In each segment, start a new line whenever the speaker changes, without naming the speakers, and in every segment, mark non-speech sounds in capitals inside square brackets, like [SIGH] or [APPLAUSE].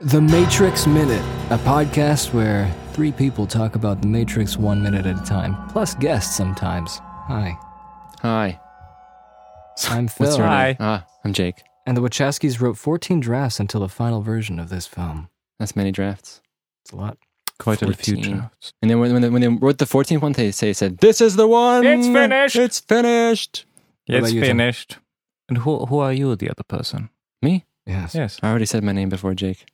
The Matrix Minute, a podcast where three people talk about the Matrix one minute at a time, plus guests sometimes. Hi,
Hi.
I'm
[LAUGHS] What's
Phil.
your name?
Hi.
Ah, I'm Jake.
And the Wachowskis wrote 14 drafts until the final version of this film.
That's many drafts.
It's a lot.
Quite a few
14.
drafts.
And then when, when, they, when they wrote the 14th one, they say, said, This is the one!
It's finished!"
It's finished!
What
It's
about you, Tom?
finished. And who who are you, the other person?
Me?
Yes.
Yes.
I already said my name before, Jake.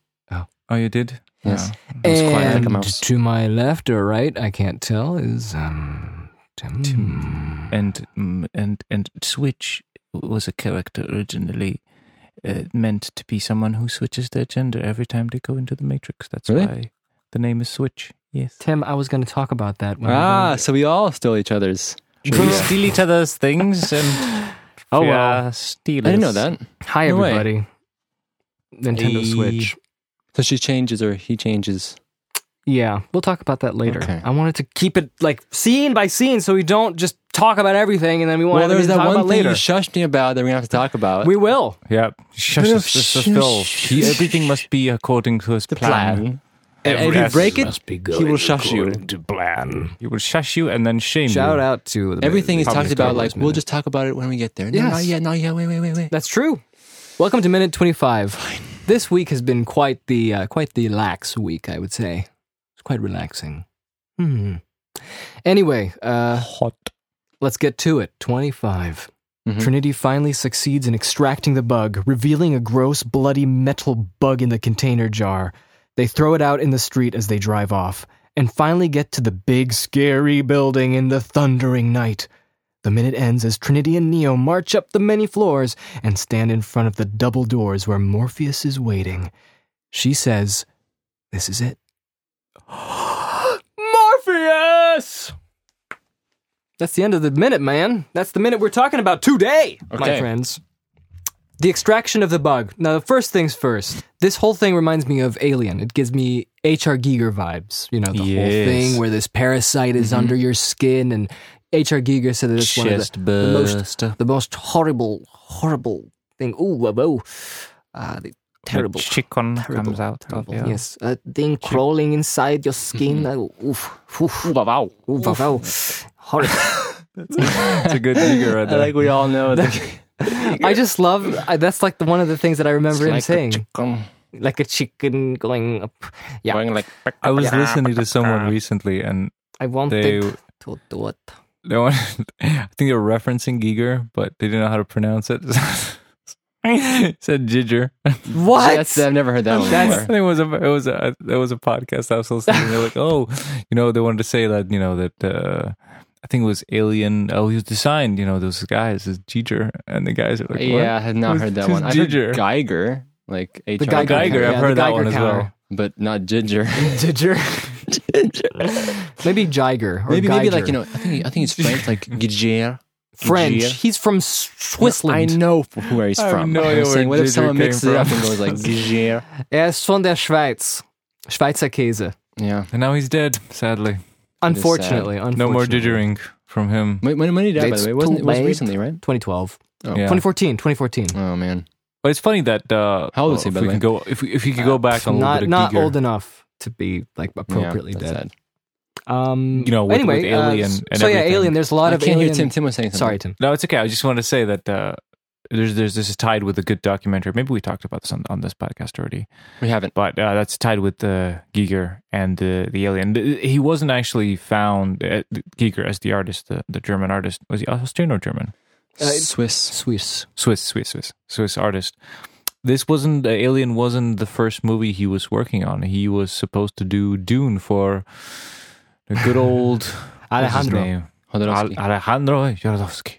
Oh, you did.
Yes. I was quiet like a
And
mouse.
to my left or right, I can't tell, is um, Tim.
Tim. And mm, and and Switch was a character originally uh, meant to be someone who switches their gender every time they go into the Matrix. That's
Really?
why the name is Switch.
[LAUGHS]
Yes.
Tim, I was going to talk about that. When we
Ah,
were-
so we all stole each other's.
we steal each other's
[LAUGHS]
things and
Oh,
we
well.
are stealers.
I didn't know that.
hi
no way.
everybody. Nintendo
Hey.
Switch.
So she changes or he changes.
Yeah, we'll talk about that later.
Okay.
I wanted to keep it like scene by scene, so we don't just talk about everything and then we want
well, there was
everything to
that
talk
one
about
thing
later.
you shushed me about that we're going to have to talk about.
we will.
Yeah. Shush,
Little
this, this is
shush.
Phil. He- everything must be according to his
the plan. And if you
Every-
break it, he will shush you.
He will shush you and then shame you.
Shout out to the
Everything is
Public
talked about
Star
like,
Wars
we'll
minute.
just talk about it when we get there. No,
Yes.
Not yet, not yet. Wait, wait, wait, wait.
That's true. Welcome to minute twenty-five. This week has been quite the uh, quite the lax week, I would say. It's quite relaxing. Hmm. Anyway, uh,
Hot.
Let's get to it. 25.
Mhm.
Trinity finally succeeds in extracting the bug, revealing a gross, bloody metal bug in the container jar. They throw it out in the street as they drive off, and finally get to the big, scary building in the thundering night. The minute ends as Trinity and Neo march up the many floors and stand in front of the double doors where Morpheus is waiting. She says, This is it.
Morpheus!
That's the end of the minute, man. That's the minute we're talking about today, my
Okay.
friends. The extraction of the bug. Now, first things first. This whole thing reminds me of Alien. It gives me H.R. Giger vibes. You know, the whole
Yes.
thing where this parasite is under your skin, and H.R. Giger said that it's one of the, the most
burster.
the most horrible, horrible thing. Ooh, whoa, whoa. Ah, the terrible,
chicken
terrible,
comes out. of
terrible.
your-
Yes, a thing crawling inside your skin. Oh, oof, oof,
Wow.
ooh, wow, wow. Horrible.
It's a good uh, digger right
[LAUGHS] I think we all know that.
I just love. I, that's like the, one of the things that I remember him saying, like a chicken going up. Yeah.
Going like,
I was listening to someone recently and
I wanted
they
to do it.
they wanted, [LAUGHS] I think they were referencing Giger, but they didn't know how to pronounce it. [LAUGHS] It said Giger.
What?
That's, I've never heard that one
I
That's-
before.
think [LAUGHS] it was a it was a it was a podcast I was listening. They're like, oh, you know, they wanted to say that you know that uh, I think it was Alien. Oh, he was designed. You know, those guys is Giger, and the guys are like, what?
Yeah, I have not
Who's-
heard that
who's
one. I've heard
Giger?
Geiger, like HR
the Geiger,
Geiger,
counter.
I've
Yeah,
heard
the
that
Geiger
one as
counter.
well.
but not Ginger.
Giger, maybe Giger, or
maybe maybe
Geiger.
like you know, I think I think it's French, like [LAUGHS] Giger.
French.
Giger.
He's from S- Switzerland.
I know f- where he's
I have
from. [LAUGHS]
no
I'm
idea
saying,
where
what if
Giger
someone
came
mixes it up
from.
and goes
[LAUGHS]
like Giger?
Er ist von der Schweiz, Schweizer Käse.
Yeah.
And now he's dead, sadly.
is sad.
Unfortunately, unfortunately,
No more Gigering from him.
When, when, when did he die, by
It's
the way? It wasn't,
too
it was
late.
recently, right?
2012,
Oh.
Yeah.
2014, 2014.
Oh, man.
But it's funny that uh,
How old is he,
if
by
we
the
can go if we, if you could go back a little
not
bit of
not
Giger,
old enough to be like appropriately
yeah, that's
dead.
sad.
Um,
You know, with-
anyway,
with
uh,
Alien
s-
and
so
everything.
yeah, Alien. There's a lot
I
of
can't
Alien.
hear Tim. Tim was saying something.
Sorry, Tim.
No, it's okay. I just want to say that uh, there's there's this is tied with a good documentary. Maybe we talked about this on, on this podcast already,
We haven't.
but uh, that's tied with the Giger and the the alien. Th- He wasn't actually found uh, Giger as the artist, the, the German artist. Was he Austrian or German?
Uh,
Swiss.
Swiss.
Swiss, Swiss, Swiss, Swiss artist. This wasn't the Alien wasn't the first movie he was working on. He was supposed to do Dune for the good old what's
[LAUGHS]
his
Alejandro.
name?
Jodorowsky.
Al- Alejandro Jodorowsky.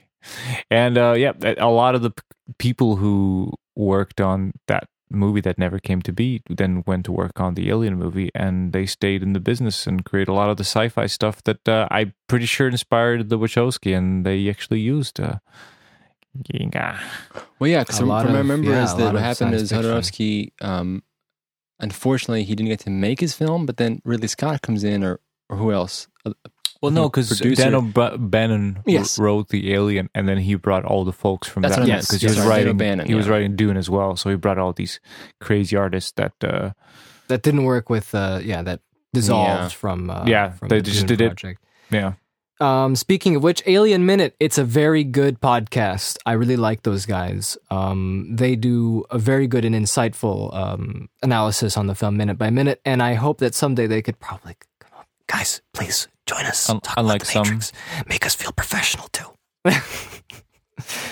And uh, yeah, a- a lot of the p- people who worked on that movie that never came to be then went to work on the Alien movie and they stayed in the business and create a lot of the sci fi stuff that uh, I'm pretty sure inspired the Wachowski and they actually used. Uh, Ginga.
Well, yeah, because
A
from
lot
what
of-
I remember
yeah,
is
a
that
lot
what
of
happened
science
is Jodorowsky, um, unfortunately, he didn't get to make his film, but then Ridley Scott comes in, or, or who else? Uh,
Well, no, because
Producer.
Dan O'Bannon
Yes.
wrote the Alien, and then he brought all the folks from
That's
that
what I
meant.
because he
Yes,
was
sorry,
Dan
writing.
O'Bannon,
he was
yeah.
writing Dune as well, so he brought all these crazy artists that. Uh,
That didn't work with, uh, yeah, that dissolved from. Uh,
Yeah,
from
they
the Dune
just did it.
project.
yeah,
Um, speaking of which, Alien Minute, it's a very good podcast. I really like those guys. Um, they do a very good and insightful um, analysis on the film minute by minute, and I hope that someday they could probably come up. Guys, please join us.
Un-
Talk about
unlike
the
some-
Matrix. Make us feel professional too.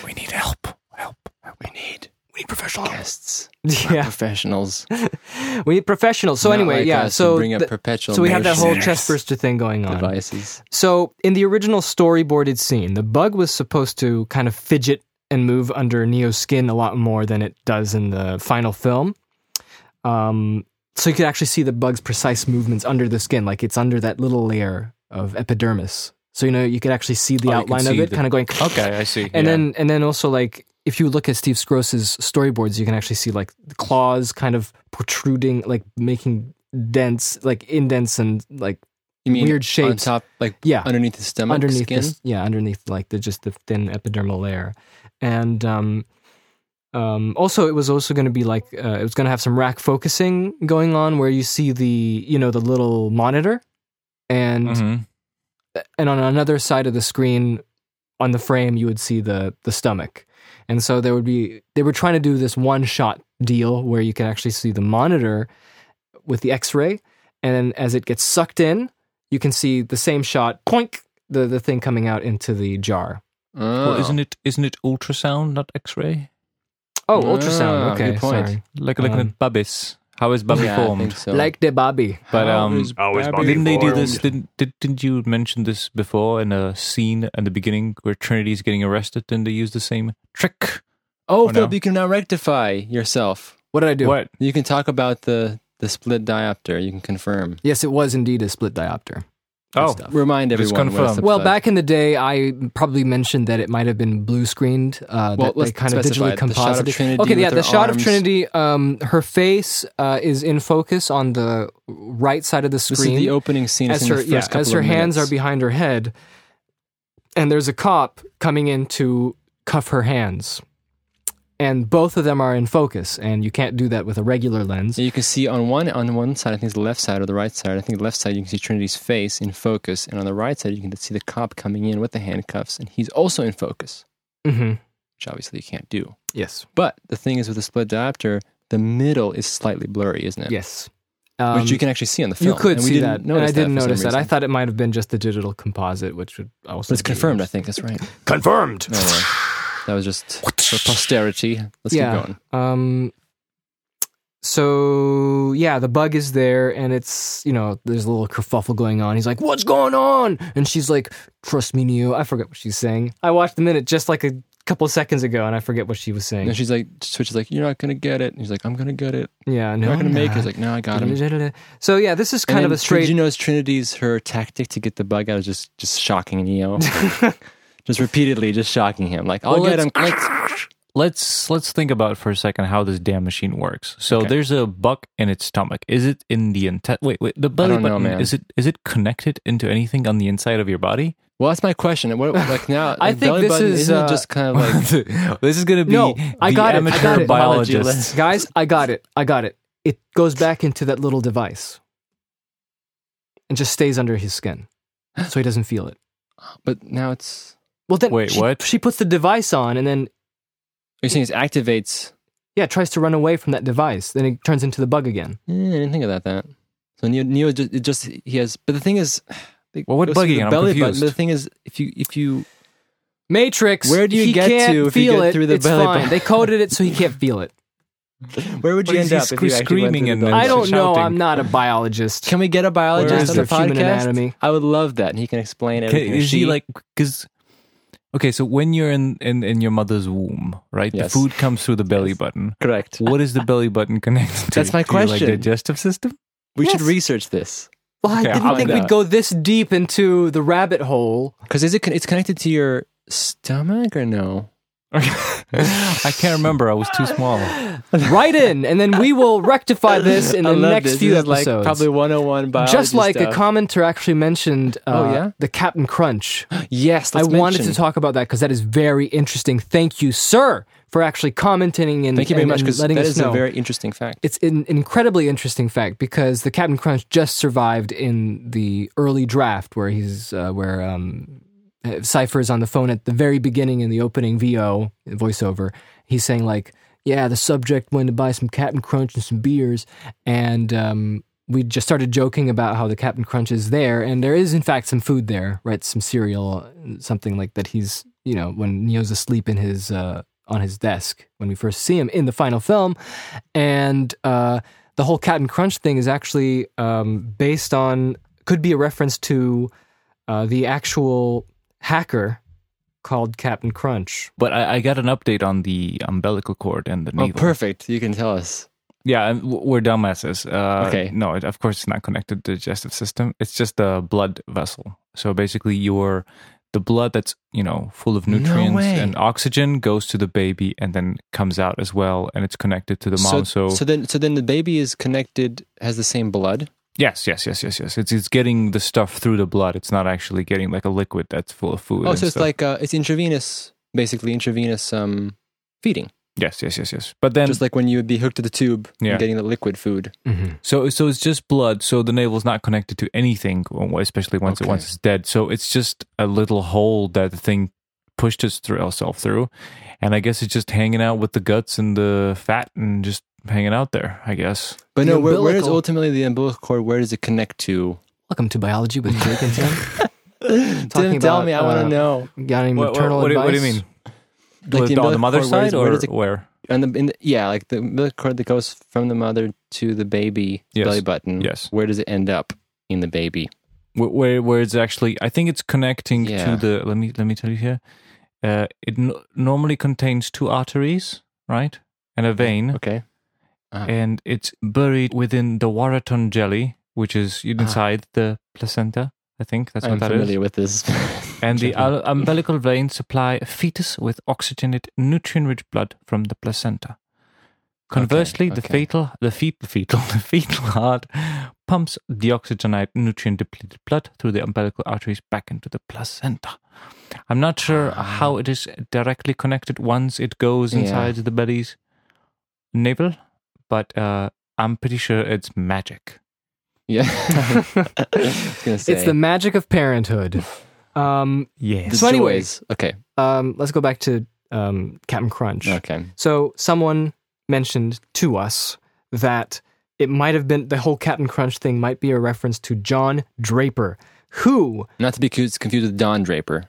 we need help. Help. We need.
We need professional
Guests,
[LAUGHS] Yeah, [LAUGHS]
professionals.
we need professionals. So
Not
anyway,
like
yeah.
us who
So
bring up
th-
perpetual
so we have that whole
mercenaries
chest burster thing going on.
devices.
So, in the original storyboarded scene, the bug was supposed to kind of fidget and move under Neo's skin a lot more than it does in the final film. Um, so you could actually see the bug's precise movements under the skin, like it's under that little layer of epidermis. So you know you could actually see the
Oh, you can
outline of
see
it,
the-
kind of going.
Okay, I see.
[SNIFFS] And
Yeah.
then and then also like if you look at Steve Scrose's storyboards, you can actually see like the claws kind of protruding, like making dents, like indents and like
You mean
weird
on
shapes.
top, like
Yeah
underneath the stomach
underneath
skin?
This, yeah, underneath like the just the thin epidermal layer, and um, um, also it was also going to be like uh, it was going to have some rack focusing going on where you see the you know the little monitor,
Mm-hmm.
and
Mhm.
and on another side of the screen, on the frame you would see the the stomach, and so there would be they were trying to do this one shot deal where you can actually see the monitor with the X-ray, and then as it gets sucked in, you can see the same shot, poink, the, the thing coming out into the jar.
Oh.
well, isn't it isn't it ultrasound, not X-ray?
Oh,
Ah,
ultrasound. Okay,
good point.
sorry.
Like like
Um,
at babies. How is baby
yeah, I
formed?
think so.
Like the Bobby.
but,
How
um,
is
how is
Babby
Bobby
Didn't they do this?
formed?
Didn't did, didn't you mention this before in a scene in the beginning where Trinity's getting arrested? Didn't they use the same trick?
Oh,
Or
Philip,
no?
you can now rectify yourself.
What did I do?
What?
You can talk about the the split diopter. You can confirm.
Yes, it was indeed a split diopter.
Oh,
stuff.
Remind
Just
everyone. what it's
confirm.
Well,
about.
back in the day, I probably mentioned that it might have been blue screened. Uh,
Well,
that they
let's
kind of
specify
digitally
it. The shot of
composited.
Trinity
okay,
with
yeah, the
her
shot of
arms.
Trinity. Um, her face uh, is in focus on the right side of the
This
screen.
is the opening scene.
as
It's in
her
the
yeah,
first couple
as her
of
hands are
minutes.
behind her head, and there's a cop coming in to cuff her hands, and both of them are in focus, and you can't do that with a regular lens.
So you can see on one on one side, I think it's the left side or the right side. I think the left side you can see Trinity's face in focus, and on the right side you can see the cop coming in with the handcuffs, and he's also in focus,
Mm-hmm.
which obviously you can't do.
Yes,
But the thing is, with the split diopter, the middle is slightly blurry, isn't it?
yes,
which you can actually see on the
um, You
film.
could
and we
see
didn't
that, and
notice
I didn't
for some
notice that. I
reason.
thought it might have been just a digital composite, which would also.
But it's
be-
confirmed. I think that's right.
Confirmed.
No, no. That was just for posterity. Let's
Yeah.
keep going.
Um. So yeah, the bug is there, and it's you know there's a little kerfuffle going on. He's like, "What's going on?" And she's like, "Trust me, Neo." I forget what she's saying. I watched the minute just like a couple seconds ago, and I forget what she was saying.
And she's like, Switch is like, you're not gonna get it. And he's like, I'm gonna get it.
yeah, no,
You're not gonna
I'm
make it.
not.
He's like, no, I got him.
[LAUGHS] So yeah, this is
And
kind of
then
a straight.
Did you notice Trinity's her tactic to get the bug out is just just shocking
[LAUGHS]
Neo, just repeatedly just shocking him. Like I'll
Well,
get him. Let's,
Let's let's think about for a second how this damn machine works. So
Okay.
there's a bug in its stomach. Is it in the inte- wait wait the belly
don't know,
button?
man.
Is it is it connected into anything on the inside of your body?
well, that's my question.
[LAUGHS]
What, like now,
I
like,
think
belly
this
button,
is,
isn't
uh,
it just kind of
[LAUGHS]
like
[LAUGHS] this is gonna be
No, I
the
got it, I
amateur
got it.
biologist.
Guys, I got it. I got it. It goes back into that little device and just stays under his skin, so he doesn't feel it.
but now it's.
Well, then
Wait,
she,
what?
She puts the device on, and then
You're saying it activates.
yeah, tries to run away from that device. Then it turns into the bug again.
Eh, I didn't think about that. So Neo, Neo just, it just he has. But the thing is, they
Well, what
go through
bug
the
again? I'm
belly button.
confused.
but The thing is, if you if you
Matrix.
Where do you
he
get
can't
to if you
feel
get
it,
through the
it's
belly
fine.
button?
They coded it so he can't feel [LAUGHS] it.
where would
But
you
is
end
he
up? if you
sc-
actually went
screaming
through
and
the
then-
belly
I
It's
don't
button?
know.
shouting.
I'm not a biologist.
Can we get a biologist
Where's
on the
the human
podcast?
anatomy?
I would love that. And he can explain
Okay,
everything.
is
She-
he like because okay so when you're in in, in your mother's womb right
Yes.
the food comes through the belly button
correct?
what is the belly button connected [LAUGHS] to
That's my
Do you, like,
question.
digestive system
We should
Yes.
research this
Well, I
Okay,
didn't
I'll
think
find
we'd
out.
go this deep into the rabbit hole. [LAUGHS]
because is it? Con- it's connected to your stomach or no?
I can't remember. I was too small.
Write in, and then we will rectify this in
Uh, I
the
love
next
this.
few
This is
episodes.
Like probably 101 biology
Just like
stuff.
a commenter actually mentioned. Uh,
Oh, yeah?
the Captain Crunch.
Yes,
I
[GASPS] let's
wanted to
mention.
talk about that because that is very interesting. Thank you, sir, for actually commenting and,
Thank you very
and-
much
and
because that
letting us
is
know.
a very interesting fact.
it's an incredibly interesting fact because the Captain Crunch just survived in the early draft where he's uh, where um, uh, Cipher is on the phone at the very beginning in the opening VO voiceover. He's saying like, "Yeah, the subject went to buy some Captain Crunch and some beers," and um, we just started joking about how the Captain Crunch is there, and there is in fact some food there, right? Some cereal, something like that. He's you know when Neo's asleep in his uh, on his desk when we first see him in the final film, and uh, the whole Captain Crunch thing is actually um, based on could be a reference to uh, the actual hacker called Captain Crunch.
But I, I got an update on the umbilical cord and the
Oh,
navel.
perfect. You can tell us.
Yeah, and w- we're dumbasses. Uh,
Okay.
No, it, of course it's not connected to the digestive system. It's just the blood vessel. So basically, your the blood that's you know full of
No
nutrients
way.
and oxygen goes to the baby and then comes out as well, and it's connected to the mom. So,
so then so then the baby is connected has the same blood.
yes, yes, yes, yes, yes. It's it's getting the stuff through the blood. It's not actually getting like a liquid that's full of food.
Oh,
and
so it's
stuff.
like uh, it's intravenous, basically intravenous um, feeding,
yes, yes, yes, yes. But then
just like when you would be hooked to the tube
Yeah.
and getting the liquid food.
Mm-hmm.
So so it's just blood. So the navel's not connected to anything, especially once it
Okay.
once it's dead. So it's just a little hole that the thing pushed its through, itself through, and I guess it's just hanging out with the guts and the fat and just hanging out there. I guess.
But
The
no, where, where is
umbilical-
ultimately the umbilical cord? Where does it connect to?
Welcome to biology with Jake
[LAUGHS]
and Tim. [LAUGHS]
Tim,
Talking
tell
about,
me. I want
uh,
to know.
Got any maternal
do you-
advice?
what do you mean?
Like the
on the
umbilical
mother's
cord, where does-
side or
where
where,
does it- And the, in the yeah, like the umbilical cord that goes from the mother to the baby
Yes.
belly button.
Yes.
Where does it end up in the baby?
where where where it's actually? I think it's connecting
Yeah.
to the. Let me let me tell you here. Uh, it n- normally contains two arteries, right, and a vein.
Okay. Ah.
and it's buried within the waraton jelly, which is inside the placenta. I think that's
I'm
what that is.
familiar with this. [LAUGHS]
And the
Jelly.
al- umbilical veins supply a fetus with oxygenated, nutrient-rich blood from the placenta. Conversely, the
okay.
fatal, the fetal, fetal, [LAUGHS] the fetal heart pumps deoxygenated, nutrient-depleted blood through the umbilical arteries back into the placenta. I'm not sure how it is directly connected once it goes
Yeah.
inside the belly's navel, but uh, I'm pretty sure it's magic.
Yeah.
[LAUGHS]
I was gonna say.
It's the magic of parenthood. Um,
Yes.
So anyway-
joys. okay,
um, let's go back to um, Captain Crunch.
okay,
So someone mentioned to us that it might have been the whole Captain Crunch thing might be a reference to John Draper, who
not to be cu- confused with Don Draper,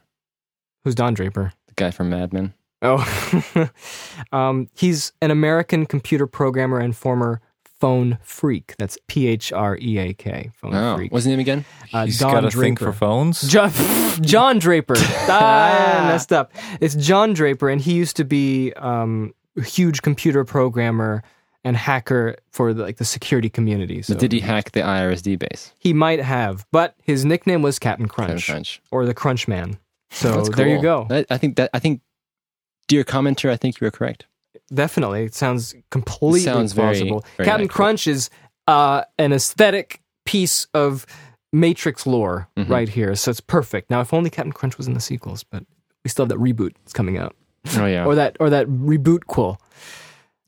who's Don Draper.
the guy from Mad Men.
Oh, [LAUGHS] um, he's an American computer programmer and former phone freak. That's P H R E A K, phone
Oh,
freak.
what's his name again?
Uh,
He's
Don
got a
Draper.
thing for phones.
John, [LAUGHS] John Draper. ah, I messed up. It's John Draper, and he used to be um, a huge computer programmer and hacker for the, like the security community. So
Did he hack the IRSD base?
he might have, but his nickname was Captain
Kevin
Crunch
Crunch.
or the Crunch Man. So
That's
there you
cool.
go.
That- I think that I think, dear commenter, I think you were correct.
Definitely, it sounds completely
Sounds very-
plausible.
very
Captain
accurate.
Crunch is uh, an aesthetic piece of Matrix lore
Mhm.
right here, so it's perfect. Now, if only Captain Crunch was in the sequels, but we still have that reboot that's coming out,
Oh yeah.
or that or that reboot quill.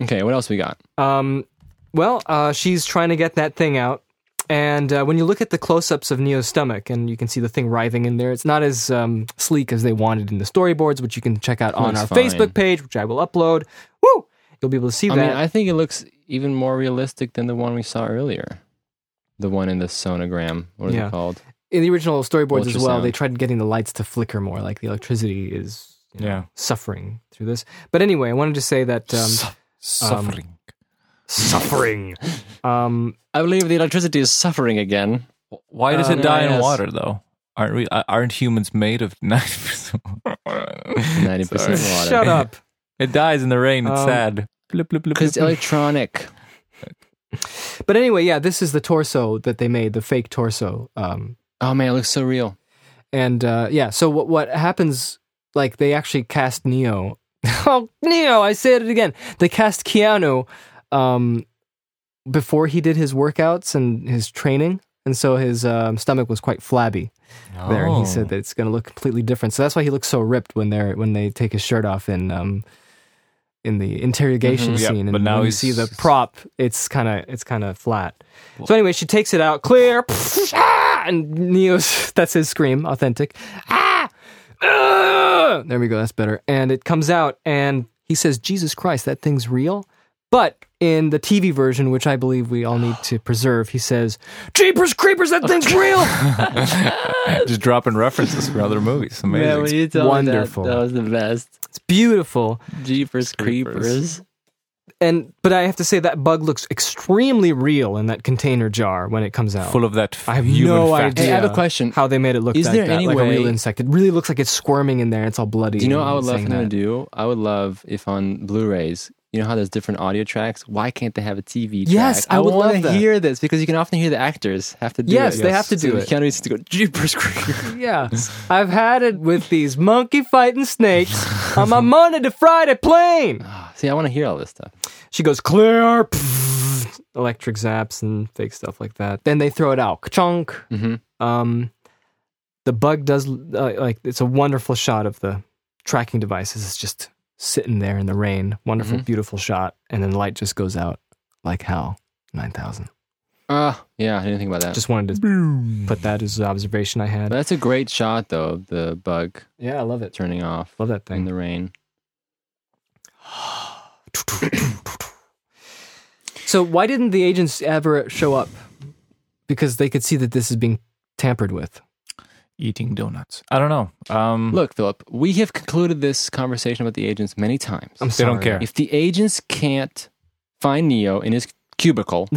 okay, what else we got?
Um, well, uh, she's trying to get that thing out, and uh, when you look at the close-ups of Neo's stomach, and you can see the thing writhing in there, it's not as um, sleek as they wanted in the storyboards, which you can check out on
Looks
our
fine.
Facebook page, which I will upload. Woo! You'll be able to see
I
that.
mean, I think it looks even more realistic than the one we saw earlier, the one in the sonogram. What is
Yeah.
it called?
in the original storyboards as well,
Ultrasound.
they tried getting the lights to flicker more, like the electricity is you know,
Yeah.
suffering through this. But anyway, I wanted to say that um,
Su- suffering.
suffering. Um,
I believe the electricity is suffering again.
Why does
Uh,
it die in
yes.
water though? Aren't we? uh, Aren't humans made of [LAUGHS] ninety percent?
Ninety percent
Sorry.
water.
shut up.
It dies in the rain. It's
Um,
sad. Blip, blip, blip,
Because
blip, blip.
electronic.
But anyway, yeah, this is the torso that they made, the fake torso. Um,
Oh man, it looks so real.
and uh, yeah, so what what happens? Like they actually cast Neo [LAUGHS] oh, Neo, I said it again. They cast Keanu um, before he did his workouts and his training. And so his um, stomach was quite flabby there. And he said that it's going to look completely different. So that's why he looks so ripped when they're when they take his shirt off in um, in the interrogation
Mhm. Yep,
scene. and
but now
when you
he's-
see the prop, it's kind of it's kind of flat. So anyway, she takes it out, clear, ah, and Neo's [LAUGHS] that's his scream, authentic. Ah, Ah! there we go, that's better. And it comes out, and he says, "Jesus Christ, that thing's real." But in the TV version, which I believe we all need to preserve, he says, "Jeepers creepers, that thing's real."
[LAUGHS] Just dropping references for other movies. Amazing.
Yeah, when you told
Wonderful.
Me that, that was the best.
It's beautiful.
Jeepers
Creepers.
creepers.
and but I have to say that bug looks extremely real in that container jar when it comes out.
Full of that
I have
human
no
factor.
Hey, I have
Yeah.
a question.
How they made it look
Mm. Is
like
there
that,
any
like a real
way-
insect. It really looks like it's squirming in there. It's all bloody.
Do you know what I
and
would love
saying
for them to
that.
do? I would love if on Blu-rays, you know how there's different audio tracks. Why can't they have a TV? Track?
Yes, I would
wanna
love that.
hear this because you can often hear the actors have to do
Yes,
it.
they have to
So
do
you
it.
Keanu Reeves has to go [LAUGHS] jeepers creepers.
Yeah, I've had it with these monkey fighting snakes
[LAUGHS]
on my Monday to Friday plane.
[LAUGHS] See, I want to hear all this stuff.
She goes clear, pfft, electric zaps and fake stuff like that. Then they throw it out, chunk.
Mm-hmm.
Um, the bug does uh, like it's a wonderful shot of the tracking devices. It's just sitting there in the rain. Wonderful,
Mhm.
beautiful shot, and then the light just goes out like hell. Nine thousand.
Uh, yeah, I didn't think about that.
Just wanted to put that as an observation I
But
had.
that's a great shot though. of The bug
Yeah, I love it.
turning off
Love that
in
thing.
the rain.
So why didn't the agents ever show up? Because they could see that this is being tampered with.
Eating donuts. I don't know. Um,
Look, Philip, we have concluded this conversation about the agents many times.
I'm
They
sorry.
don't care.
If the agents can't find Neo in his
[LAUGHS]
cubicle,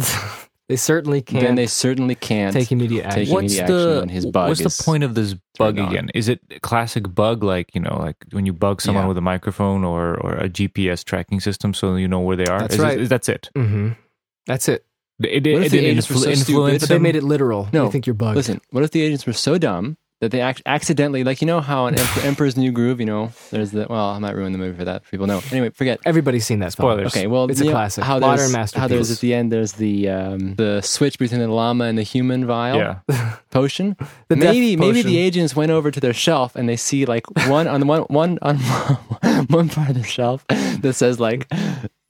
They certainly can't
then they certainly can't
take immediate action.
taking
what's
the
the,
action when his bug
what's
is
the point of this bug
turned on.
again? Is it a classic bug like, you know, like when you bug someone
Yeah.
with a microphone or, or a GPS tracking system so you know where they are?
That's
Is it-
right.
is- that's it.
Mm-hmm. That's it.
It, it,
What
it
if the
didn't
agents were so
influ-
stupid?
influence
But they
them?
made it literal.
No.
I think you're bugged.
Listen, what if the agents were so dumb that they ac- accidentally, like you know how in Emp- Emperor's New Groove, you know, there's the well, I might ruin the movie for that. People know. Anyway, forget.
Everybody's seen that. film.
Spoilers.
Okay, well,
It's a
you know
classic.
How
Modern
there's, How there's
masterpiece.
at the end, there's the um, the switch between the llama and the human vial
Yeah.
potion.
The death
maybe maybe
potion.
the agents went over to their shelf and they see like one on one one on [LAUGHS] one part of the shelf that says like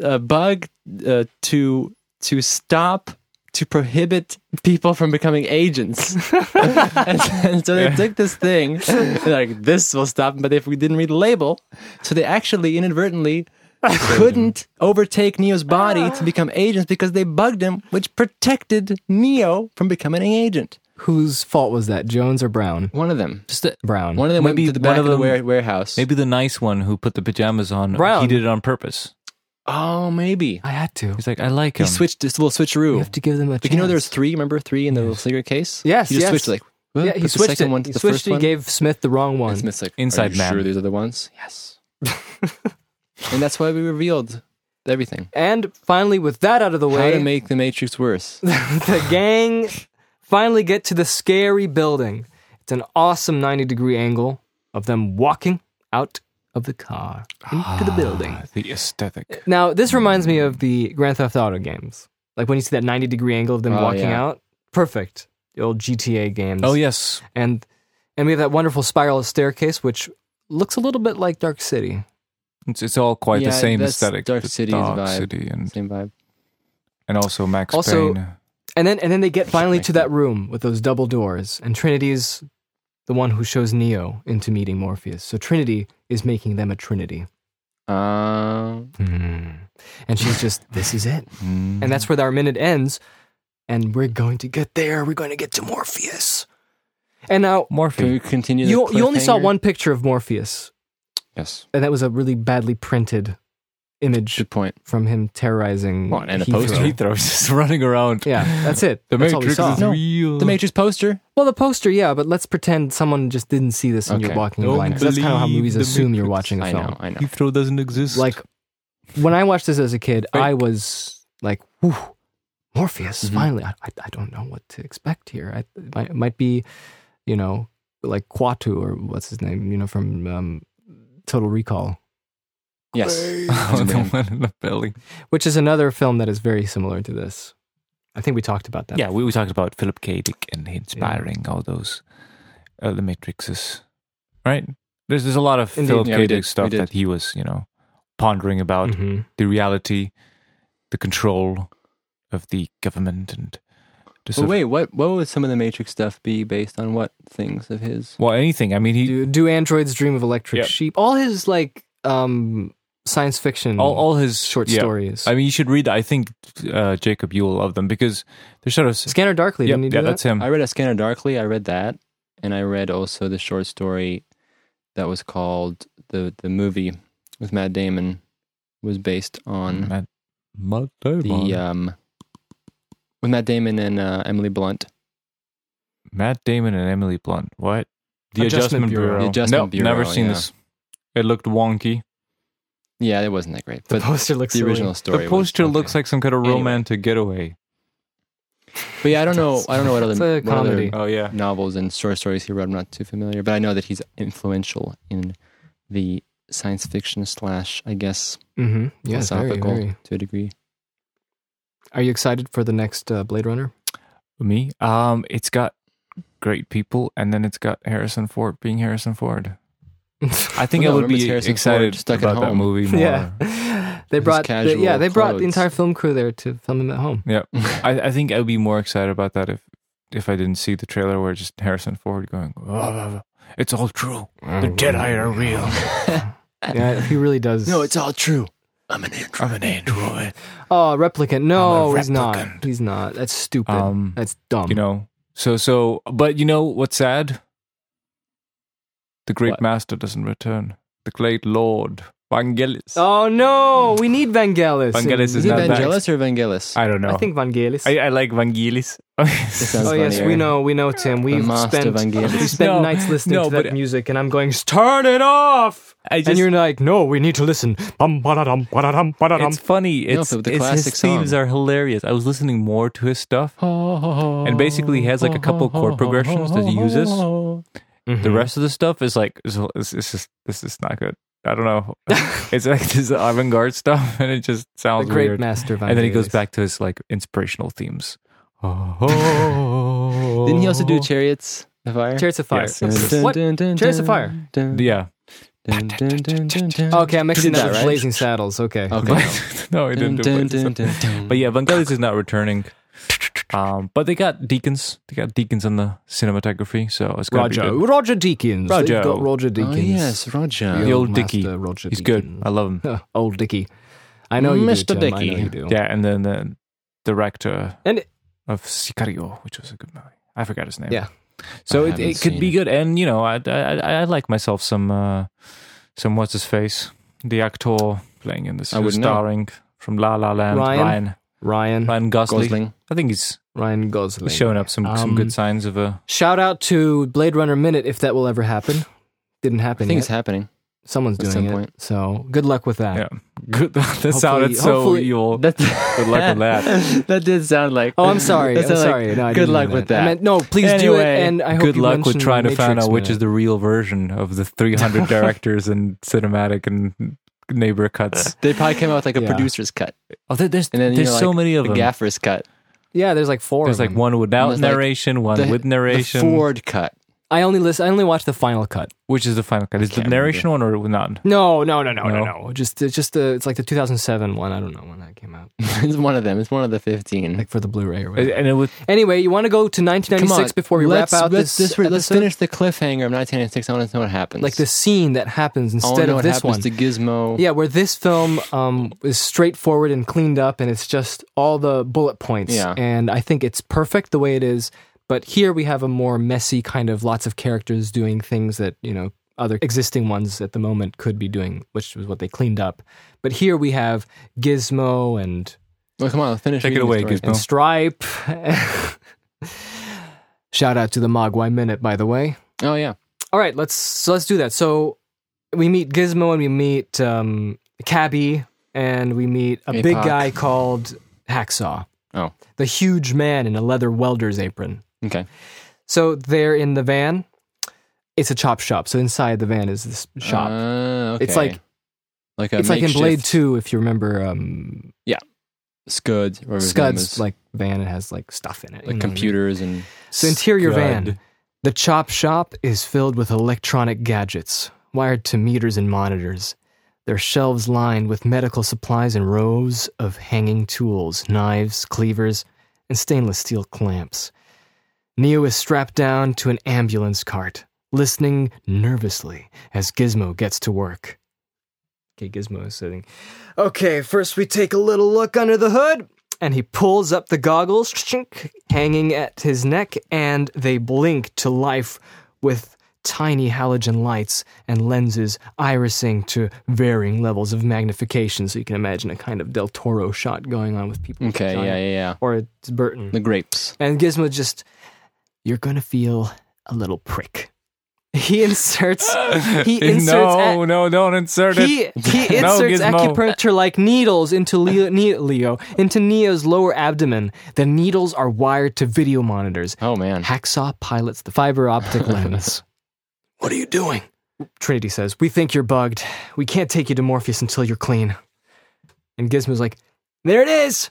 a bug uh, to to stop to prohibit people from becoming agents. [LAUGHS] and, and so they took this thing and like this will stop them, but if we didn't read the label, so they actually inadvertently couldn't overtake Neo's body to become agents because they bugged him, which protected Neo from becoming an agent.
Whose fault was that? Jones or Brown?
One of them.
Just a-
Brown.
One of them
Maybe
went to the
one
back
of
of, the
them-
ware- warehouse.
Maybe the nice one who put the pajamas on,
Brown.
he did it on purpose.
Oh, maybe.
I had to.
He's like, I like
He
him.
switched this little switcheroo.
You have to give them a
like, you know, there's three. Remember three in the little cigarette case?
Yes,
He just
yes.
switched, like, well,
Yeah,
put
he
the
switched
second
it.
one to
he
the
switched
first
it. He
one.
gave Smith the wrong one.
And Smith's like,
Inside
Are you
man.
sure these are the ones? Yes. and that's why we revealed everything.
And finally, with that out of the
How to
way,
make the Matrix worse. [LAUGHS]
the gang finally get to the scary building. It's an awesome 90 degree angle of them walking out of the car into the building.
Ah, the aesthetic.
Now, this reminds me of the Grand Theft Auto games. Like when you see that 90 degree angle of them
Oh,
walking
yeah.
out, perfect. The old GTA games.
Oh, yes.
And and we have that wonderful spiral staircase which looks a little bit like Dark City.
It's, it's all quite the
Yeah,
same
that's
aesthetic.
Dark
The
City's
Dark
vibe.
City and,
Same vibe.
and also Max
Also-
Payne.
And then and then they get finally to that room with those double doors and Trinity's the one who shows Neo into meeting Morpheus. So Trinity is making them a trinity.
Um,
And she's just this is it.
Mm.
And that's where our minute ends and we're going to get there. We're going to get to Morpheus. And now
can
Morphe.
we continue? the
you you only saw
cliffhanger?
one picture of Morpheus,
Yes.
and that was a really badly printed image
Good point.
from him terrorizing.
Well, and a
Heathrow.
poster.
Heathrow is just [LAUGHS] running around.
Yeah, that's it.
The
that's all we
Matrix
saw.
is real.
The Matrix poster.
Well, the poster, yeah, but let's pretend someone just didn't see this and you're
Okay.
walking
Don't
blind. 'cause That's kind of how
believe
movies
the
assume you're
Matrix.
watching a
I
film.
know. I know.
Heathrow doesn't exist. [LAUGHS]
Like when I watched this as a kid,
Fake.
I was like, "Whew, Morpheus!
Mm-hmm.
Mhm.
Finally, I, I, I don't know what to expect here. I, it might, it might be, you know, like Quatu or what's his name, you know, from um, Total Recall.
Yes.
Oh, the
man.
one in the belly.
[LAUGHS] which is another film that is very similar to this. I think we talked about that.
Yeah, we, we talked about Philip K. Dick and inspiring all those uh, the matrixes, right? There's there's a lot of
Indeed.
Philip
Yeah,
K.
we did.
Dick
We
stuff
did.
that he was, you know, pondering about
Mhm.
the reality, the control of the government, and the
But
sort of-
wait, what what would some of the Matrix stuff be based on? What things of his?
well, anything. I mean, he
Do, do androids dream of electric
Yeah.
sheep? All his like um, science fiction,
all all his
short
Mm. yeah.
stories.
I mean, you should read. I think uh, Jacob, you will love them because they're sort of
Scanner Darkly.
yeah,
didn't
yeah,
he do that?
that's him.
I read A Scanner Darkly. I read that, and I read also the short story that was called the the movie with Matt Damon was based on
Mm, Matt- uh, Matt
the
Damon.
um with Matt Damon and uh, Emily Blunt.
Matt Damon and Emily Blunt. What? The
Adjustment Bureau.
The Adjustment
nope,
Bureau,
Never seen
yeah.
this. It looked wonky.
Yeah, it wasn't that great,
The
but
poster looks
the
silly.
original story.
the poster
was, okay.
looks like some kind of
Anyway.
romantic getaway.
But yeah, I don't know. I don't know what other
It's a
what other uh,
comedy.
Oh yeah.
novels and short stories he wrote. I'm not too familiar, but I know that he's influential in the science fiction slash, I guess,
Mm-hmm. Yes, very,
philosophical
very.
to a degree.
Are you excited for the next uh, Blade Runner?
Me. Um. It's got great people, and then it's got Harrison Ford being Harrison Ford. I think
Well, no,
I would
remember
be
it's Harrison
excited
Ford stuck at
about that
home. [LAUGHS]
movie
[LAUGHS]
more.
yeah, they
His
brought the, yeah
casual
they brought the
clothes.
entire film crew there to film him at home.
[LAUGHS]
I, [LAUGHS] I think I would be more excited about that if if I didn't see the trailer where just Harrison Ford going, "Oh, "It's all true. The
Mm-hmm.
Jedi are real.
Yeah, he really does.
all true. I'm an android.
I'm an
[LAUGHS]
android."
oh replicant. No,
I'm a
he's not.
replicant.
He's not. That's stupid.
Um,
That's dumb.
you know. So so, but you know what's sad? The great
What?
master doesn't return. The great lord Vangelis.
Oh no, we need Vangelis.
Vangelis
Is
is
it
not that-
Vangelis or Vangelis?
I don't know.
I think Vangelis.
I, I like Vangelis. [LAUGHS]
sounds
oh yes,
funnier.
we know, we know Tim. We've
master
spent
Vangelis.
we spent
No,
nights listening
no,
to that
but-
music, and I'm going, turn it off.
I
and
just-
you're like, no, we need to listen. Bum, ba-da-dum, ba-da-dum, ba-da-dum.
it's funny.
No,
It's,
but the
it's-
classic
his themes
song. Oh,
are hilarious. I was listening more to his stuff, and basically he has like a couple chord progressions that he uses.
Mhm.
The rest of the stuff is like is- is- is just- this is not good. I don't
[LAUGHS]
know. it's like this avant-garde stuff, [LAUGHS] and it just
the
sounds
great
weird.
master Vangelis.
and then he goes back to his like
[LAUGHS]
inspirational themes. Oh.
Didn't he also do Chariots of Fire?
Chariots Oh. of Fire.
Yes, yes,
What? Chariots of Fire.
Yeah,
Okay, I'm mixing that
that,
with
right?
Blazing Saddles. Okay.
Oh,
Okay.
[LAUGHS] but no, he
Dun,
didn't.
dun,
do
dun,
dun,
dun, dun.
But yeah, Vangelis is not returning. Um, but they got deacons. They got deacons on the cinematography, so it's gonna
Roger.
Be good.
Roger Deakins. They've
Roger.
got Roger Deakins.
Oh, yes, Roger.
The
The
old
old Dickie.
master Roger
He's good.
Deakins.
I love him.
old Dicky. I know you
Mr.
do, Tim. I know
Dickey.
you do.
Yeah, and then the director
And it-
of Sicario, which was a good movie. I forgot his name.
Yeah.
So
I
it,
haven't
it could
seen
be
it.
good, and you know, I I, I I like myself some uh, some what's his face, the actor playing in this,
I
who's
wouldn't know. Mm-hmm.
starring from La La Land,
Ryan?
Ryan
Ryan.
Ryan Gosling.
Gosling.
I think he's
Ryan Gosling.
showing up some some
Um,
good signs of a. [LAUGHS]
Shout out to Blade Runner Minute if that will ever happen. Didn't
I
happen
think
yet.
it's happening.
Someone's
at
doing
some
it.
point.
So good luck with that.
Yeah. Good. that sounded so
hopefully-
evil.
[LAUGHS]
That,
Good luck with
[LAUGHS]
that.
that did sound like.
Oh, I'm
[LAUGHS]
sorry. I'm
That sounded like
sorry. No, I
good
didn't
luck
mean
with
I
that.
meant, no, please do it.
Anyway,
And I hope
good
you
luck with
mention
trying to find
Matrix
out which is
Minute.
the real version of the 300 directors and cinematic and neighbor cuts.
They probably came out with like a
Yeah.
producer's cut,
Oh, there- there's
Uh, and then
there's
you know,
so
like,
many of
the
them.
gaffer's cut,
Yeah, there's like four.
There's
of
like
them.
one without
there's, like,
narration, one
the-
with narration.
the Ford cut. [LAUGHS]
I only listen. I only watch the final cut.
Which is the final cut? Is the
can't remember.
narration one or not?
No, no, no, no, no,
No.
no. Just, it's just the. It's like the 2007 one. I don't know when that came out.
it's one of them. It's one of the fifteen.
Like for the Blu-ray or
And
whatever.
and Mm-hmm. it was
Anyway, you want to go to 1996 before we
let's,
wrap out
let's,
this.
Let's
episode?
finish the cliffhanger of 1996. I want to know what happens.
Like the scene that happens
I want
instead
to know
of
what
this one.
happens to Gizmo.
Yeah, where this film um, is straightforward and cleaned up, and it's just all the bullet points.
Yeah.
And I think it's perfect the way it is. But here we have a more messy kind of lots of characters doing things that, you know, other existing ones at the moment could be doing, which was what they cleaned up. But here we have Gizmo and,
Well, come on, finish.
Take it
reading the story.
away, Gizmo.
and
Oh.
Stripe. [LAUGHS] Shout out to the Mogwai Minute, by the way.
Oh yeah.
All right, let's so let's do that. So we meet Gizmo and we meet um, Cabby and we meet a
Hey,
big
Pac.
guy called Hacksaw.
Oh.
the huge man in a leather welder's apron.
Okay.
So they're in the van. It's a chop shop. So inside the van is this shop.
Ah, okay.
It's like
Like a
it's like in Blade
Uh, makeshift
Two, if you remember, um,
Scud. whatever his name
Scud's
is.
like van. It has like stuff in it, you know
like
what I mean?
computers and
So interior
Scud.
van. The chop shop is filled with electronic gadgets, wired to meters and monitors. Their shelves lined with medical supplies and rows of hanging tools, knives, cleavers, and stainless steel clamps. Neo is strapped down to an ambulance cart, listening nervously as Gizmo gets to work. Okay, Gizmo is sitting. Okay, first we take a little look under the hood and he pulls up the goggles shink, hanging at his neck and they blink to life with tiny halogen lights and lenses irising to varying levels of magnification so you can imagine a kind of del toro shot going on with people
okay,
Sorry.
yeah, yeah, yeah.
or it's burton
The grapes.
and gizmo just you're gonna feel a little prick he inserts he inserts a-
[LAUGHS] no, no, don't insert it. [LAUGHS]
he, he
No,
inserts
Gizmo.
acupuncture-like needles into Leo, Ne- Leo into Neo's lower abdomen. The needles are wired to video monitors.
Oh man.
Hacksaw pilots the fiber optic lens. what are you doing? Trinity says, "We think you're bugged. We can't take you to Morpheus until you're clean." And Gizmo's like, "There it is."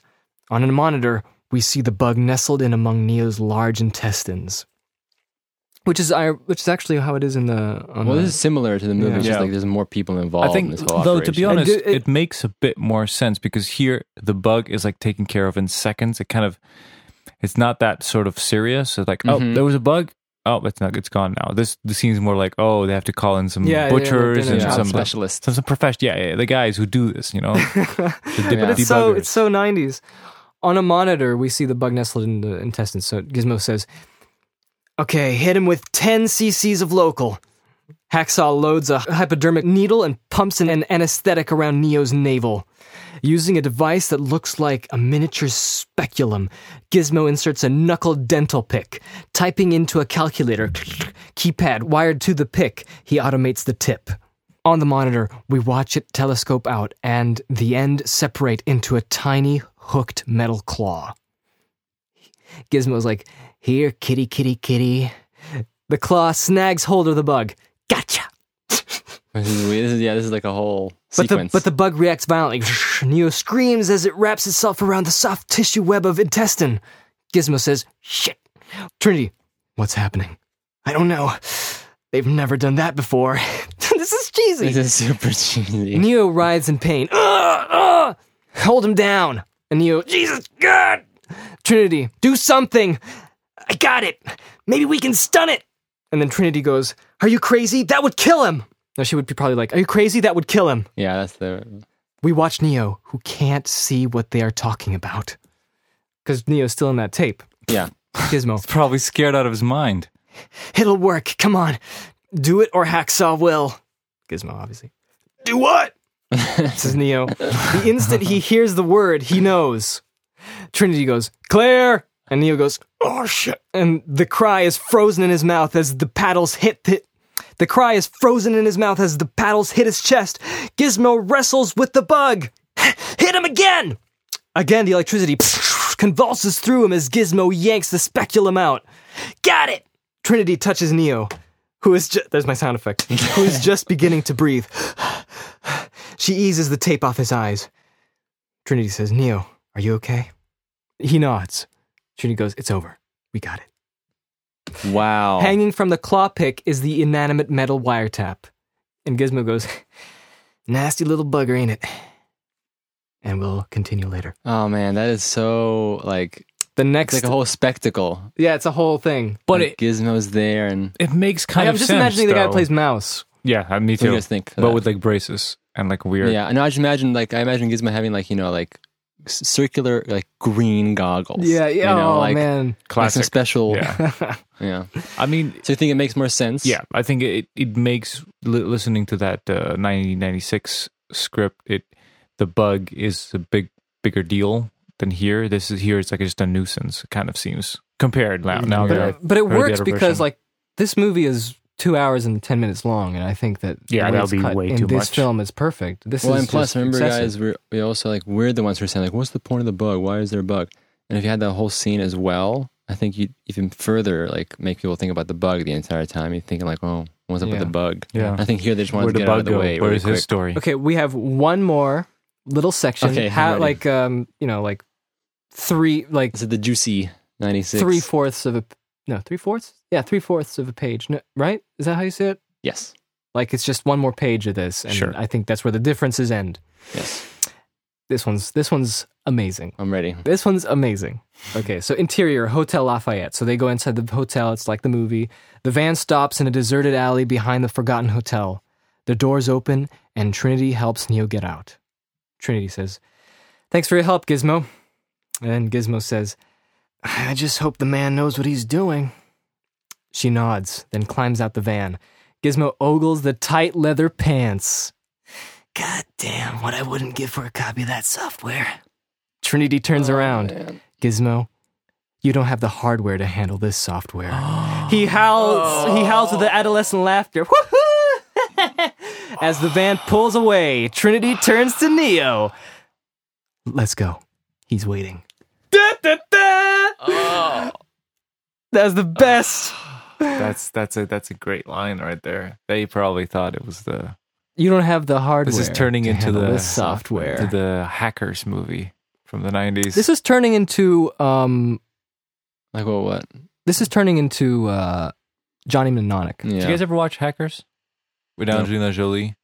On a monitor, we see the bug nestled in among Neo's large intestines. Which is ir- which is actually how it is in the on
Well,
the,
this is similar to the movie. It's
Yeah.
just like there's more people involved
I think,
in this whole
though, to be
operation.
honest,
do-
it,
it-
makes a bit more sense because here the bug is like taken care of in seconds. It kind of, it's not that sort of serious. It's like, oh,
Mhm.
there was a bug. Oh, it's not. It's gone now. This the scene's more like, oh, they have to call in some
Yeah, yeah, they're
butchers
gonna
and
job
some
specialists.
some some professional. Yeah, yeah, the guys who do
[LAUGHS]
this. You know, the deb-
But
It's so
debuggers.
it's so nineties. On a monitor, we see the bug nestled in the intestines. So Gizmo says, "Okay, hit him with ten cc's of local." Hacksaw loads a hypodermic needle and pumps an, an anesthetic around Neo's navel. Using a device that looks like a miniature speculum, Gizmo inserts a knuckle dental pick. Typing into a calculator [SNIFFS] keypad wired to the pick, he automates the tip. On the monitor, we watch it telescope out and the end separate into a tiny hooked metal claw. Gizmo's like, Here, kitty, kitty, kitty. The claw snags hold of the bug. Gotcha!
This is weird. This is- yeah, this is like a whole
But the,
sequence.
but the bug reacts violently. Neo screams as it wraps itself around the soft tissue web of intestine. Gizmo says, Shit. Trinity, what's happening? I don't know. They've never done that before. [LAUGHS] this is cheesy.
[LAUGHS] this is super cheesy.
Neo writhes in pain. [GASPS] Ugh, ugh. Hold him down. And Neo, Jesus, God! Trinity, do something. I got it. Maybe we can stun it. And then Trinity goes, Are you crazy? That would kill him. Now she would be probably like, Are you crazy? That would kill him.
yeah, that's the.
We watch Neo, who can't see what they are talking about. Because Neo's still in that tape.
Yeah.
Gizmo.
probably scared out of his mind.
It'll work. Come on. Do it or Hacksaw will. Gizmo, obviously. Do what? says Neo. The instant he hears the word, he knows. Trinity goes, Claire! And Neo goes, Oh shit. And the cry is frozen in his mouth as the paddles hit the. The cry is frozen in his mouth as the paddles hit his chest. Gizmo wrestles with the bug. [LAUGHS] hit him again! Again, the electricity [LAUGHS] convulses through him as Gizmo yanks the speculum out. Got it! Trinity touches Neo, who is ju- there's my sound effect, who is just beginning to breathe. She eases the tape off his eyes. Trinity says, Neo, are you okay? He nods. Trinity goes, It's over. We got it.
Wow.
Hanging from the claw pick is the inanimate metal wiretap. And Gizmo goes, Nasty little bugger, ain't it? And we'll continue later.
oh man, that is so like
The next.
it's like a whole spectacle.
yeah, it's a whole thing.
But
Like,
it,
Gizmo's there, and
it makes kind
Like,
of
I'm just
sense,
imagining the guy
though.
plays mouse.
Yeah, uh, me
what do you
too.
guys think? of
But
that?
with like braces and like weird.
yeah, I know. I just imagine like I imagine Gizmo having like you know like c- circular like green goggles. You know,
oh,
like,
[LAUGHS] man.
Like some
Classic.
special. Yeah.
yeah. I mean,
So you think it makes more sense?
Yeah, I think it it makes li- listening to that uh, 1996 script. It the bug is a big bigger deal than here. This is here. It's like just a nuisance. It kind of seems compared now. Now
But,
they're
it- but it
Or the
works
other
because
version.
like this movie is two hours and ten minutes long, and I think that the
Yeah,
way
that'll
it's
be
cut
way
in
too
this
much.
film is perfect. This
Well,
is
and plus,
just
remember,
excessive.
guys, we're, we also like we're the ones who are saying like, "What's the point of the bug? Why is there a bug?" And if you had that whole scene as well, I think you would even further like make people think about the bug the entire time. You're thinking like, "Oh, What's up with
Yeah.
the bug?
Yeah.
I think here they just wanted
Where
to
the
get out of
bug
the
go?
way.
Where
really
is his
quick.
story?
Okay, we have one more little section.
Okay, I'm
Ha-
ready.
like um, you know, like three, like
Is it the juicy ninety six?
three fourths of a no, three fourths. Yeah, three fourths of a page. No, right? Is that how you see it?
Yes.
Like it's just one more page of this, and
Sure.
I think that's where the differences end.
Yes.
This one's this one's amazing.
I'm ready.
This one's amazing. Okay, so interior Hotel Lafayette. So they go inside the hotel. It's like the movie. The van stops in a deserted alley behind the forgotten hotel. The doors open, and Trinity helps Neo get out. Trinity says, "Thanks for your help, Gizmo." And Gizmo says, "I just hope the man knows what he's doing." She nods, then climbs out the van. Gizmo ogles the tight leather pants. God damn, what I wouldn't give for a copy of that software. Trinity turns around. Gizmo, you don't have the hardware to handle this [GASPS] software. he howls. He howls with the adolescent laughter. Woohoo! [LAUGHS] As the van pulls away, Trinity turns to Neo. Let's go. He's waiting. [LAUGHS] Da, da, da!
Oh.
That was the best.
That's that's a that's a great line right there. They probably thought it was the
[SIGHS] You don't have the hardware.
this is turning
to
into
handle
the
this software.
to the hackers movie from the nineties.
This is turning into um.
Like what? What?
This is turning into uh, Johnny Mnemonic.
Yeah.
Did you guys ever watch Hackers? With
No.
Angelina Jolie.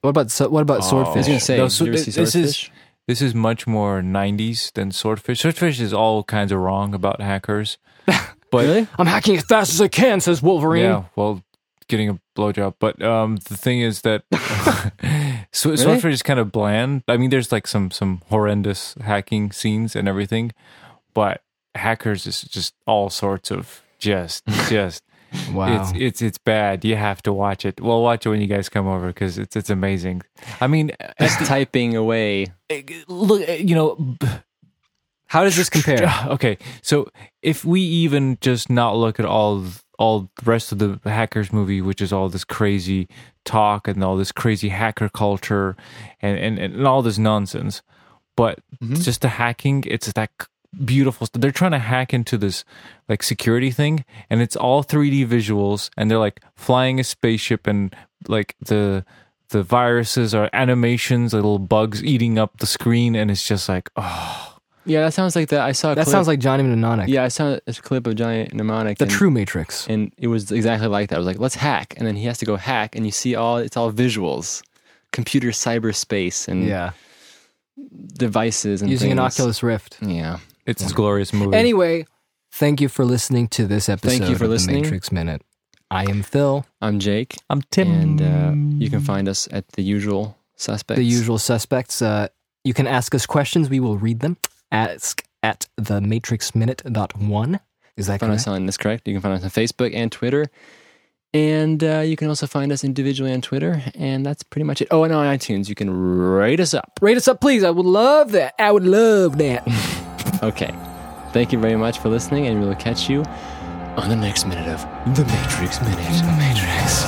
What about so- what about
Oh.
I was
Swordfish?
gonna say.
No, so
you ever
thi-
see
this is-
Swordfish?
This is much more nineties than Swordfish. Swordfish is all kinds of wrong about hackers. But
really?
I'm hacking as fast as I can, says Wolverine.
Yeah, well, getting a blowjob. But um, the thing is that [LAUGHS] Sw- Swordfish is kind of bland. I mean, there's like some some horrendous hacking scenes and everything, but hackers is just all sorts of just just
Wow.
it's it's it's bad. You have to watch it. Well, watch it when you guys come over because it's it's amazing. I mean,
Just typing away.
look, you know,
How does this
[LAUGHS]
compare?
okay so if we even just not look at all all the rest of the hackers movie which is all this crazy talk and all this crazy hacker culture and and, and all this nonsense but
Mm-hmm.
just the hacking it's that c- beautiful stuff they're trying to hack into this like security thing and it's all 3d visuals and they're like flying a spaceship and like the the viruses are animations little bugs eating up the screen and it's just like oh
Yeah, that sounds like that. I saw. A
That
clip.
sounds like Johnny Mnemonic.
Yeah, I saw a clip of Johnny Mnemonic.
The
and-
true Matrix.
and it was exactly like that. I was like, let's hack, and then he has to go hack, and you see all it's all visuals, computer cyberspace, and
Yeah.
devices, and
Using an
things.
Oculus Rift.
Yeah,
it's
Mm.
a glorious movie
Anyway, thank you for listening to this episode
you for
of the
listening.
Matrix Minute. I am Phil,
I'm Jake,
I'm Tim.
and uh, you can find us at the usual suspects.
the usual suspects. Uh, you can ask us questions. We will read them. Ask at the Matrix Minute dot one. Is that
Find
correct?
us on that's correct. You can find us on Facebook and Twitter, and uh, you can also find us individually on Twitter, and that's pretty much it. Oh, and on iTunes, you can rate us up.
Rate us up, please. I would love that. I would love
[LAUGHS]
that.
Okay, thank you very much for listening, and we'll catch you on the next minute of the Matrix Minute. The Matrix.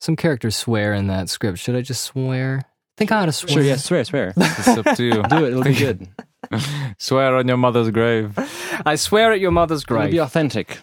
Some characters swear in that script. Should I just swear? Think I ought to swear.
Sure, yeah, swear, swear.
It's up to you.
[LAUGHS] Do it, it'll be good.
Swear on your mother's grave.
I swear at your mother's
It'll
grave.
be authentic.